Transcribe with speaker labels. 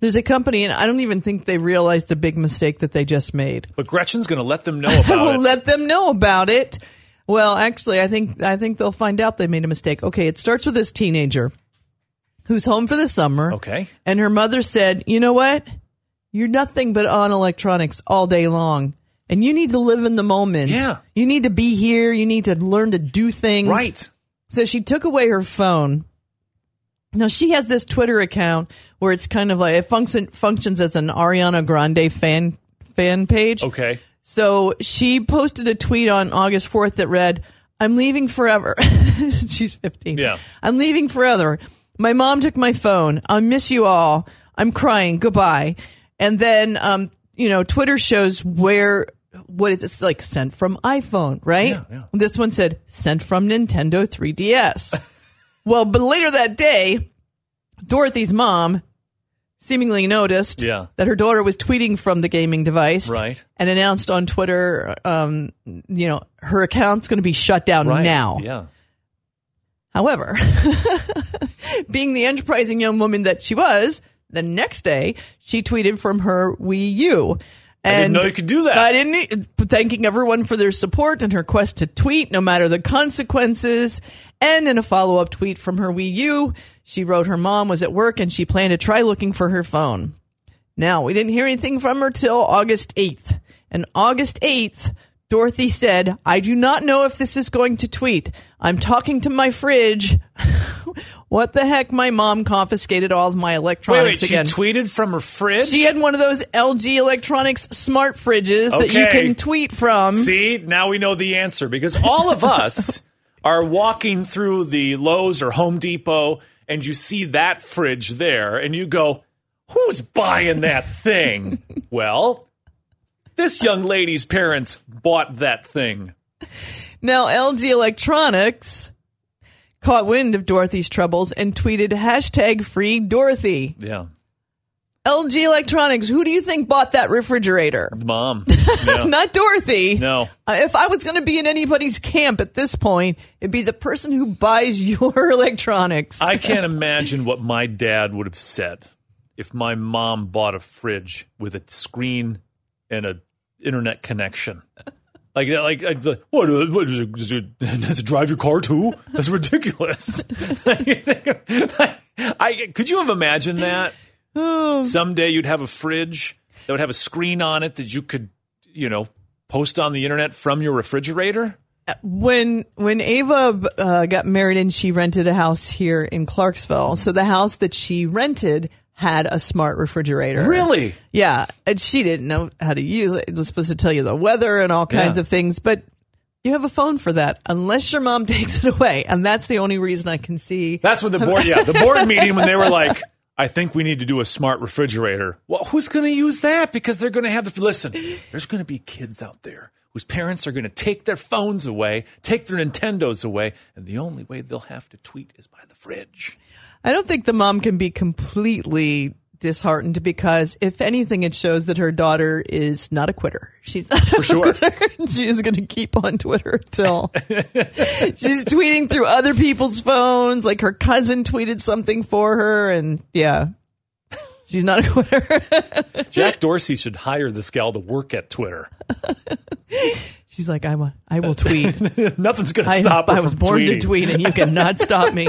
Speaker 1: There's a company, and I don't even think they realized the big mistake that they just made.
Speaker 2: But Gretchen's going to let them know about
Speaker 1: we'll
Speaker 2: it.
Speaker 1: let them know about it. Well, actually, I think I think they'll find out they made a mistake. Okay, it starts with this teenager who's home for the summer.
Speaker 2: Okay.
Speaker 1: and her mother said, "You know what? You're nothing but on electronics all day long, and you need to live in the moment.
Speaker 2: Yeah.
Speaker 1: you need to be here. You need to learn to do things.
Speaker 2: right.
Speaker 1: So she took away her phone. Now she has this Twitter account where it's kind of like it function, functions as an Ariana Grande fan fan page.
Speaker 2: Okay.
Speaker 1: So she posted a tweet on August 4th that read, I'm leaving forever. She's 15.
Speaker 2: Yeah.
Speaker 1: I'm leaving forever. My mom took my phone. I miss you all. I'm crying. Goodbye. And then, um, you know, Twitter shows where, what is it's like sent from iPhone, right?
Speaker 2: Yeah, yeah.
Speaker 1: This one said sent from Nintendo 3DS. well, but later that day, Dorothy's mom seemingly noticed
Speaker 2: Yeah.
Speaker 1: that her daughter was tweeting from the gaming device
Speaker 2: Right.
Speaker 1: and announced on Twitter, um, you know, her account's going to be shut down
Speaker 2: Right.
Speaker 1: now.
Speaker 2: Yeah.
Speaker 1: However, being the enterprising young woman that she was, the next day she tweeted from her Wii U. And
Speaker 2: didn't know you could do that.
Speaker 1: I didn't, e, thanking everyone for their support and her quest to tweet, no matter the consequences. And in a follow up tweet from her Wii U, she wrote her mom was at work and she planned to try looking for her phone. Now, we didn't hear anything from her till August 8th. And August 8th, Dorothy said, I do not know if this is going to tweet. I'm talking to my fridge. what the heck? My mom confiscated all of my
Speaker 2: Wait,
Speaker 1: electronics
Speaker 2: wait. She
Speaker 1: again.
Speaker 2: tweeted from her fridge.
Speaker 1: she had one of those LG Electronics smart fridges that you
Speaker 2: Okay.
Speaker 1: can tweet from.
Speaker 2: See, now we know the answer because all of us are walking through the Lowe's or Home Depot and you see that fridge there and you go, Who's buying that thing? well, this young lady's parents bought that thing.
Speaker 1: Now, LG Electronics caught wind of Dorothy's troubles and tweeted hashtag free Dorothy.
Speaker 2: Yeah.
Speaker 1: LG Electronics, who do you think bought that refrigerator?
Speaker 2: Mom. Yeah.
Speaker 1: Not Dorothy.
Speaker 2: no.
Speaker 1: Uh, If I was going to be in anybody's camp at this point, it'd be the person who buys your electronics.
Speaker 2: I can't imagine what my dad would have said if my mom bought a fridge with a screen and a internet connection. Like, like, like the- what, uh, what does, it, does, it, does it drive your car too? That's ridiculous. I, could you have imagined that? Someday you'd have a fridge that would have a screen on it that you could, you know, post on the internet from your refrigerator?
Speaker 1: when when Ava uh, got married and she rented a house here in Clarksville, so the house that she rented had a smart refrigerator.
Speaker 2: Really?
Speaker 1: Yeah, and she didn't know how to use it. It was supposed to tell you the weather and all kinds
Speaker 2: Yeah.
Speaker 1: of things, but you have a phone for that, unless your mom takes it away, and that's the only reason I can see.
Speaker 2: That's when the board, yeah, the board meeting when they were like, I think we need to do a smart refrigerator. Well, who's going to use that? Because they're going to have the, listen, there's going to be kids out there whose parents are going to take their phones away, take their Nintendos away, and the only way they'll have to tweet is by the fridge.
Speaker 1: I don't think the mom can be completely disheartened because, if anything, it shows that her daughter is not a quitter. She's not for
Speaker 2: sure.
Speaker 1: she is going to keep on Twitter till she's tweeting through other people's phones. Like her cousin tweeted something for her, and yeah, she's not a quitter.
Speaker 2: Jack Dorsey should hire this gal to work at Twitter.
Speaker 1: she's like, I will, I will tweet.
Speaker 2: Nothing's going to
Speaker 1: I,
Speaker 2: stop her
Speaker 1: I was
Speaker 2: from
Speaker 1: born
Speaker 2: tweeting.
Speaker 1: to tweet, and you cannot stop me.